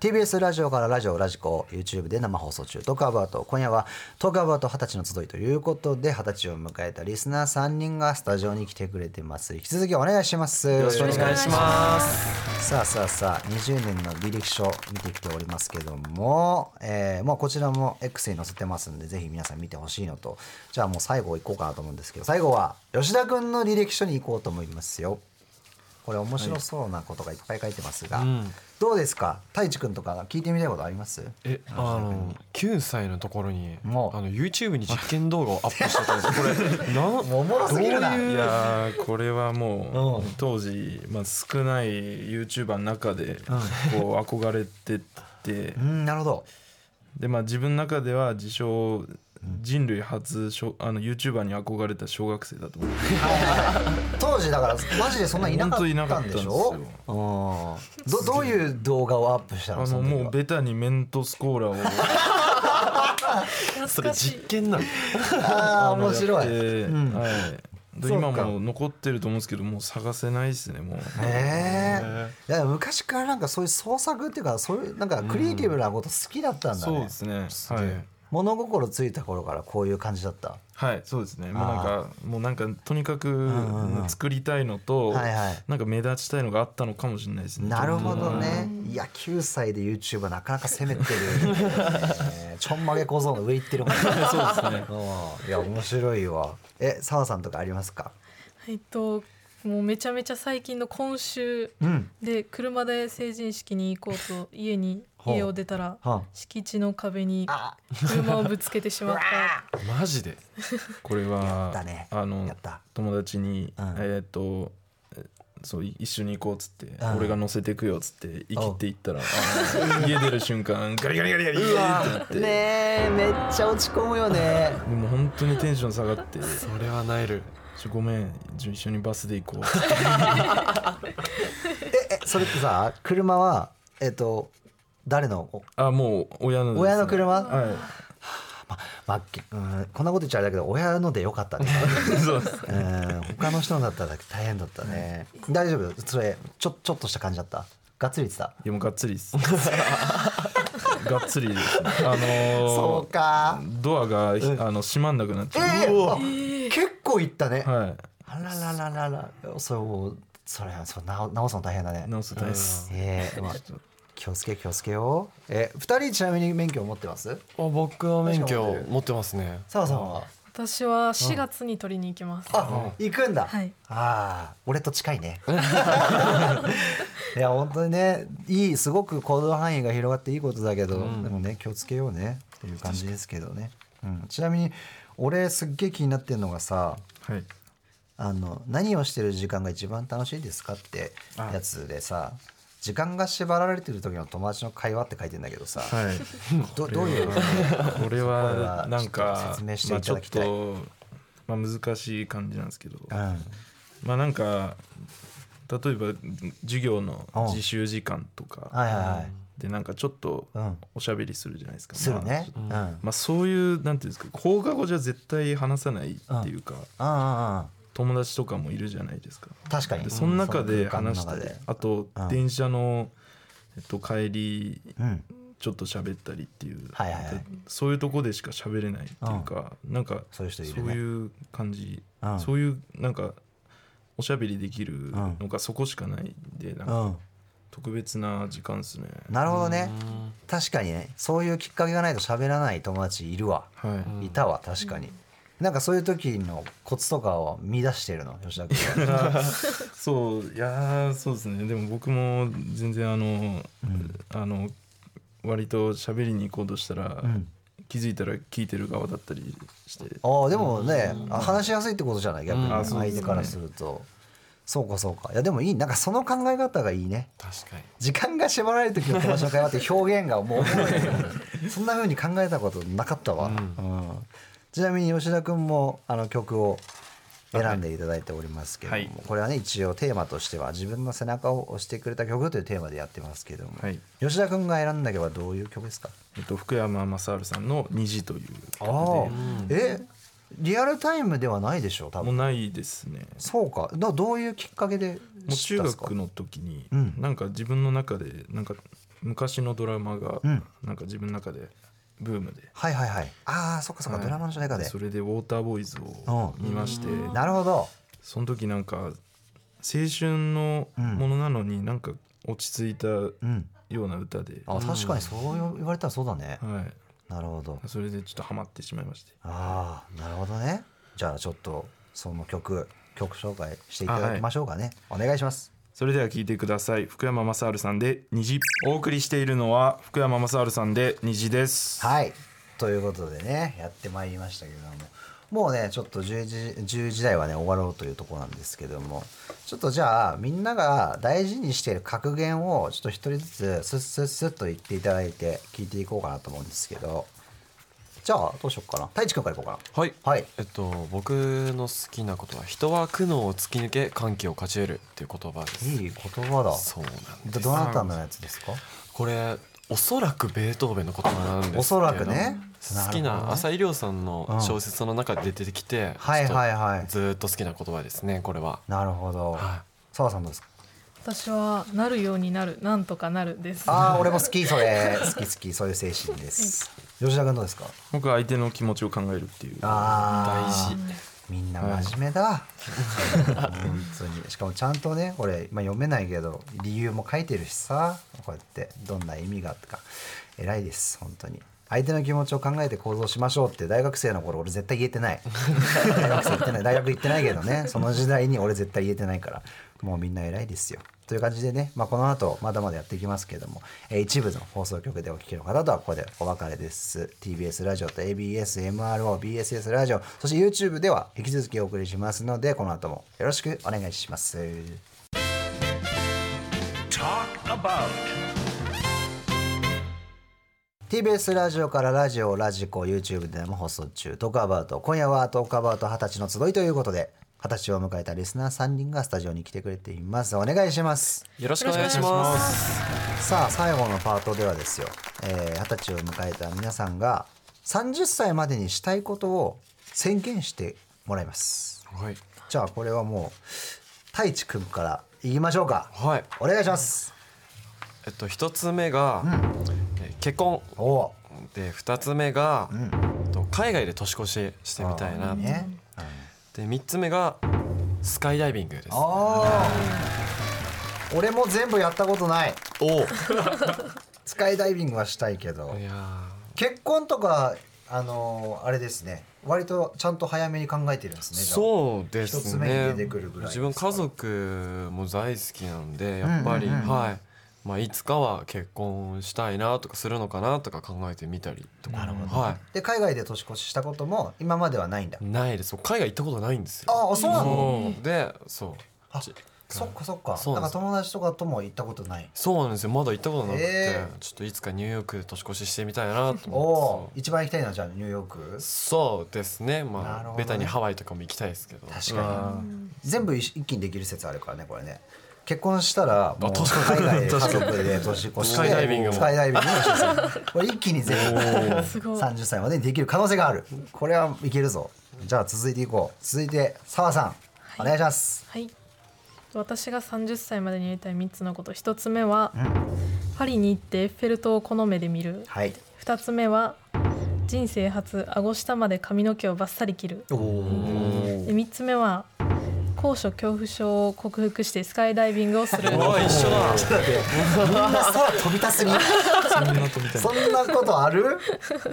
TBS ラジオからラジオラジコ YouTube で生放送中トークアバート今夜はトークアバート二十歳の集いということで二十歳を迎えたリスナー3人がスタジオに来てくれてます引き続きお願いしますよろしくお願いしますさあさあさあ20年の履歴書見てきておりますけども、えーまあ、こちらも X に載せてますんでぜひ皆さん見てほしいのとじゃあもう最後行こうかなと思うんですけど最後は吉田君の履歴書に行こうと思いますよ。これ面白そうなことがいっぱい書いてますが、うんどうですか太一くんとか聞いてみたいことありますえあの9歳のところにあもうの YouTube に実験動画をアップしてたんですこれなもうおもろすぎるないやーこれはもうんう当時、まあ、少ない YouTuber の中でこう憧れててうんなるほどで、まあ、自分の中では自称人類初しょあの YouTuber に憧れた小学生だと思う当時だからマジでそんないなか本当いなっかたったんんでですしよょうんどどういう動画をアップしたあのそのの時はもうベタにメントスコーラをそ懐れかしい実験なのあーあの面白い、やってうんはい、でそうか今も残ってると思うんですけどもう探せないですねもうええいや昔からなんかそういう創作っていうかそういうなんかクリエイティブなこと好きだったんだね、そうですねはげいえ物心ついた頃からこういう感じだったはいそうですねもうなんかもうなんかとにかくんうんうん作りたいのと、はいはいなんか目立ちたいのがあったのかもしれないですねなるほどねいや9歳で YouTuber なかなか攻 めてる、ねちょんまげ小僧の上行ってるもん そうですねいや面白いわえ澤さんとかありますかえっともうめちゃめちゃ最近の今週うんで車で成人式に行こうと家にほう家を出たらは敷地の壁にあ車をぶつけてしまったマジでこれやったは、ねあやのった友達に、うんえーっとえそうい一緒に行こうっつって、ん俺が乗せてくよっつって生きていったらあの家出る瞬間ガリガリガリガリガリってなって、ねえめっちゃ落ち込むよねでも本当にテンション下がって「それはなえるちょごめんじゃあ一緒にバスで行こう」 ええそれってさ車はえっと誰のおあもう親のですね親の車はまあけうん、こんなこと言っちゃあれだけど親のでよかった ねい そうですうん他の人のだったら大変だったね大丈夫それちょちょっとした感じだったがっつり言ってたいやもうがっつりです がっつりですねあのーそうかドアが、ひうんあの閉まんなくなっちゃえう、えあ結構いったね、はあららららららそうそれそう直直すの大変だねい直すと大です、ええまあ気をつけ気をつけようえ二人ちなみに免許持ってますあ僕は免許持ってますね澤さんは私は4月に取りに行きますあ行くんだ、はいああ俺と近い ねいや本当にねいいすごく行動範囲が広がっていいことだけど、でもね気をつけようねっていう感じですけどね、うん、ちなみに俺すっげえ気になってるのがさはいあの何をしてる時間が一番楽しいですかってやつでさ時間が縛られてる時の友達の会話って書いてんだけど さ、はいどどういうこれこれははなんかちょっと説明していただきたいまあ、ちょっと、まあ、難しい感じなんですけど、うんまあなんか例えば授業の自習時間とはいはいはかいでなんかちょっとうんおしゃべりするじゃないですか、するね、うん、うんうんうんまあ、そういうなんていうんですか放課後じゃ絶対話さないっていうか、うん友達とかもいるじゃないですか確かにでその中でその空間の話した中りであとうん電車の、えっと、帰りうんちょっと喋ったりっていう、はいはいはいでそういうとこでしか喋れないっていうか、なんかそういう人いるねそういう感じ、うんそういうなんかおしゃべりできるのがそこしかないんでなうんかん特別な時間ですね、なるほどね確かにねそういうきっかけがないと喋らない友達いるわ、はいいたわ確かに、なんかそういう時のコツとかを見出してるの吉田 君はそういやーそうですねでも僕も全然あの、あの割と喋りに行こうとしたら、気づいたら聞いてる側だったりしてああでもね、あ話しやすいってことじゃない逆に、うんあそう相ですね手からするとそうかそうかいやでもいいなんかその考え方がいいね確かに時間が縛られる時の友達の会話って表現がもうおもろい ねそんな風に考えたことなかったわ、うんちなみに吉田君もあの曲を選んでいただいておりますけれども、はいこれはね一応テーマとしては自分の背中を押してくれた曲というテーマでやってますけども、はい吉田君が選んだ曲はどういう曲ですかえっと、福山雅治さんの「虹」という曲でああもえリアルタイムではないでしょう多う分ないですねそうかだどういうきっかけでもう知中ったんですか学の時に、うんなんか自分の中でなんか昔のドラマが、うんなんか自分の中でブームではいはいはいああそっかそっか、はいドラマの主題歌でそれで「ウォーターボーイズ」を見ましてなるほどその時なんか青春のものなのになんか落ち着いたようんうな歌で、あ確かにそう言われたらそうだね、はい、なるほどそれでちょっとハマってしまいましてああなるほどねじゃあちょっとその曲曲紹介していただきましょうかね、お願いしますそれでは聞いてください福山雅治さんで虹お送りしているのは福山雅治さんで虹ですはいということでねやってまいりましたけれどももうねちょっと10時 ,10 時台はね終わろうというところなんですけどもちょっとじゃあみんなが大事にしている格言をちょっと一人ずつスッスッスッと言っていただいて聞いていこうかなと思うんですけどじゃあどうしようかな太一君からいこうかはい、なはいえっと僕の好きなことは人は苦悩を突き抜け歓喜を勝ち得るっていう言葉ですいい言葉だそうなんですどどなたのやつですかこれおそらくベートーベンの言葉なんですけどおそらくね好きな朝浅井亮さんの小説の中で出てきて、はいはいはいずーっと好きな言葉ですねこれはなるほどは澤さんどうですか私はなるようになるなんとかなるですああ俺も好きそれ好き好きそういう精神です吉田君どうですか僕は相手の気持ちを考えるっていうあ大あ事みんな真面目だ、本当にしかもちゃんとねこれ、まあ、読めないけど理由も書いてるしさこうやってどんな意味がとか偉いです本当に相手の気持ちを考えて行動しましょうって大学生の頃俺絶対言えてない大学生行ってない大学行ってないけどねその時代に俺絶対言えてないからもうみんな偉いですよという感じでね、まあ、この後まだまだやっていきますけれども、えー一部の放送局でお聞きの方とはここでお別れです TBS ラジオと ABSMROBSS ラジオそして YouTube では引き続きお送りしますのでこの後もよろしくお願いします Talk about. TBS ラジオからラジオラジコ YouTube でも放送中トークアバウト今夜はトークアバウト二十歳の集いということで二十歳を迎えたリスナー3人がスタジオに来てくれていますお願いしますよろしくお願いしますさあ最後のパートではですよえー二十、歳を迎えた皆さんが30歳までにしたいことを宣言してもらいますはいじゃあこれはもう太一くんから言いましょうかはいお願いしますえっと一つ目が、えー結婚おおで二つ目が、えっと海外で年越ししてみたいな、ねで三つ目がスカイダイビングですおああ俺も全部やったことないおスカイダイビングはしたいけどいや結婚とかあのーあれですね割とちゃんと早めに考えてるんですーねじゃあそうです一つ目にね出てくるぐらいです自か分家族も大好きなんでやっぱり、うんうんうんはいまあ、いつかは結婚したいなとかするのかなとか考えてみたりとかなるほはで海外で年越ししたことも今まではないんだ、い、ないです僕海外行ったことないんですよああそうなのそうでそうあちそっかそっかそうななんんかです友達とかとも行ったことないそうなんですよまだ行ったことなくて、えちょっといつかニューヨークで年越ししてみたいなとお思おってー一番行きたいのはじゃあニューヨークそうそうですなねるまほあどねベタにハワイとかも行きたいですけど確かに全部一一気にできる説あるからねこれね結婚したらもう確海外で家族で年越してスカイダイビングもスカイダイビングも一緒ですこれ一気に全部すごい30歳までにできる可能性があるこれはいけるぞじゃあ続いていこう続いて澤さん、お願いしますはい私が30歳までにやりたい3つのこと1つ目は、パリに行ってエッフェル塔をこの目で見るはい2つ目は人生初顎下まで髪の毛をバッサリ切るおおで3つ目は高所恐怖症を克服してスカイダイビングをするうわ一緒だちょっと待ってみんな空飛び立つにそんなことある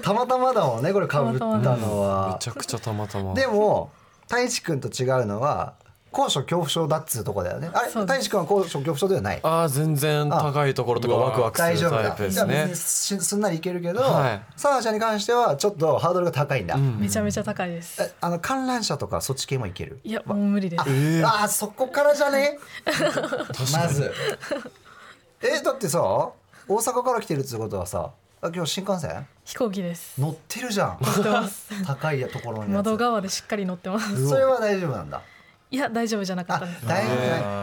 たまたまだもんねこれかぶったのはめちゃくちゃたまたまでも太一くんと違うのは高所恐怖症だっつうとこだよねあれそうです太一くんは高所恐怖症ではないああ全然高いところとかワクワク大す丈夫るタだイプでじゃすあ別ねにしすんなりいけるけどはいさあちゃんに関してはちょっとハードルが高いんだ、めちゃめちゃ高いですえあの観覧車とかそっち系もいけるいやもう無理ですあーそこからじゃねまずえだってさ大阪から来てるってことはさあ今日新幹線飛行機です乗ってるじ ゃん乗ってます高いところに窓側でしっかり乗ってますそれは大丈夫なんだいや大丈夫じゃなかったあです大あ変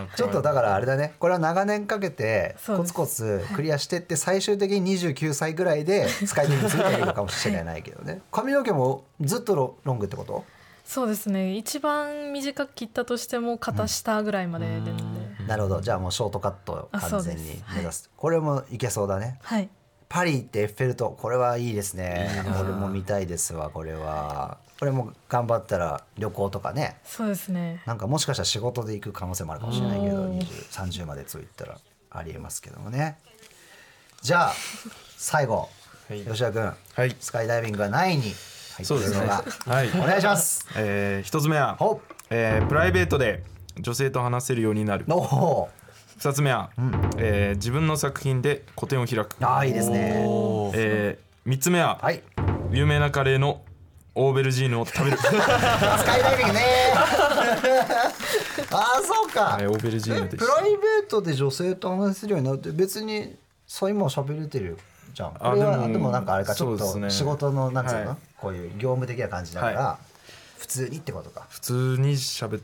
ーちょっとだからあれだねこれは長年かけてそうコでツすコツクリアしてって最終的に29歳ぐらいで使い手についてるかもしれないけどね 髪の毛もずっとロロングってことそうですね一番短く切ったとしても肩下ぐらいまで出るので、なるほどじゃあもうショートカットを完全あにそうです目指すこれもいけそうだねはいパリ行ってエッフェル塔これはいいですね俺も見たいですわこれはこれも頑張ったら旅行とかねそうですねなんかもしかしたら仕事で行く可能性もあるかもしれないけどうん20 30までついったらありえますけどもねじゃあ最後、吉田君はいスカイダイビングが何位に入ってそうるですねのが、はいお願いしますえー一つ目はほっえープライベートで女性と話せるようになるおお2つ目は、えー自分の作品で個展を開く、ああいいですねえ3つ目は、はい有名なカレーのオーベルジーヌを食べる、使いダイビングねああそうか はい、オーベルジーヌえでプしラたイベートで女性と話せるようになるって別にそう今喋れてるじゃんあこれはででももなんかあれかちょっそうですとね仕事のなんつうの、はいこういう業務的な感じだから、は普通にってことか 普通に喋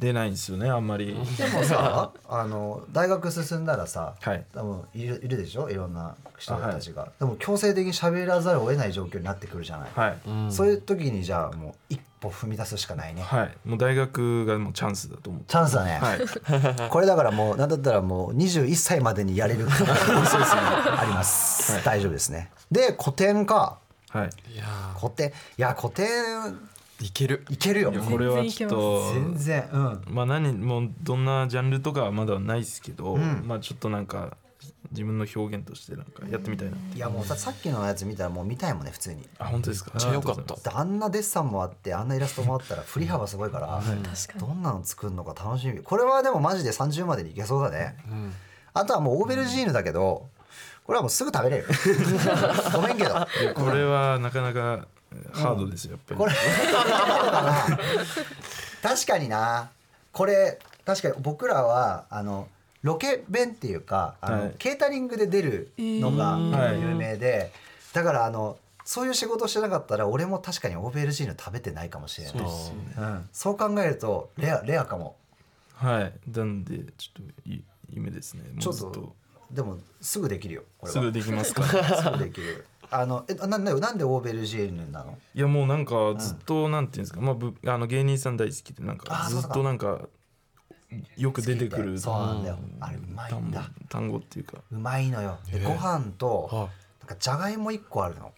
れないんですよねあんまりでもさあの大学進んだらさ、はい多分いるいるでしょいろんな人たちが、でも強制的に喋らざるを得ない状況になってくるじゃない、はい、そういう時にじゃあもう一歩踏み出すしかないね、はい、もう大学がもうチャンスだと思ってチャンスだね、はいこれだからもうなんだったらもう21歳までにやれる あります、大丈夫ですねで古典かはいいや古典いや古典ーいけるいけるよいやこれはちょっと全然うんまあ何もうどんなジャンルとかはまだないですけど、まあちょっとなんか自分の表現としてなんかやってみたいな、いやもうささっきのやつ見たらもう見たいもんね普通にあ本当ですかめっちゃ良かっだたってあんなデッサンもあってあんなイラストもあったら振り幅すごいから、確かどにんなの作るのか楽しみこれはでもマジで30までにいけそうだね、あとはもうオーベルジーヌだけどこれはもうすぐ食べれるごめんけどこれはなかなかハードですよやっぱり、これ確かになこれ確かに僕らはあのロケ弁っていうかあの、はいケータリングで出るのがー有名で、だからあのそういう仕事してなかったら俺も確かにオーベルジーヌ食べてないかもしれないそう,、ん、そう考えるとレアレアかもはいなんでちょっとい夢ですねもうちょっずっとでもすぐできるよこれすぐはできます かすぐできるあのえなななんでオーベルジーヌなのいやもうなんかずっとなんていうんですか、まあぶあの芸人さん大好きでなんあかそうずだっとなんかよく出てくるそうなんだよ、うんあれうまい単ん語だ単語っていうかうまいのよ、でええご飯とはなんかじゃがいも1個あるの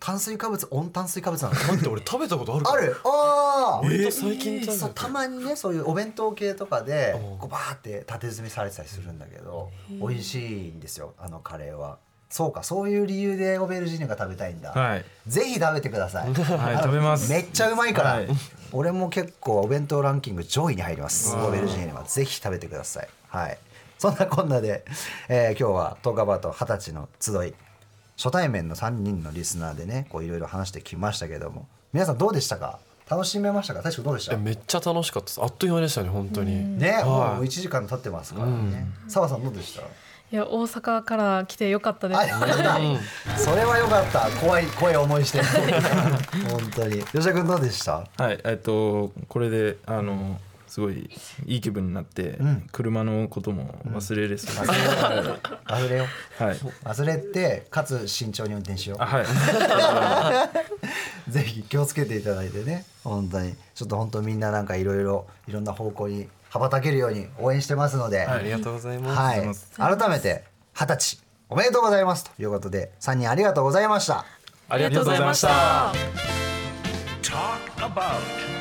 炭水化物温炭水化物なの待って俺食べたことあるかあるああ、割と最近食べそうたたまにねそういうお弁当系とかでうんこうバーって縦詰めされてたりするんだけど美味しいんですよあのカレーはそうかそういう理由でオベルジーヌが食べたいんだ、 はいぜひ食べてくださいはい食べますめっちゃうまいから、はい俺も結構お弁当ランキング上位に入りますオベルジーヌはぜひ食べてくださいはいそんなこんなで、えー今日は「トーカバート二十歳の集い」初対面の3人のリスナーでねこういろいろ話してきましたけども皆さんどうでしたか楽しめましたか大志君どうでしたえめっちゃ楽しかったですあっという間でしたね本当に、ね、はいもう1時間経ってますからね澤、さんどうでしたいや大阪から来てよかったですあよかったそれはよかった怖い怖い思いして本当に吉田君どうでしたはいえっとこれであのすごいいい気分になって、ん車のことも忘れれそうです、忘れよはい忘れてかつ慎重に運転しよあ はいうぜひ気をつけていただいてね本当にちょっと本当みんななんかいろいろいろんな方向に羽ばたけるように応援してますので、ありがとうございます、はいりがとうございま改めて二十歳おめでとうございますということで3人ありがとうございましたありがとうございました Talk about.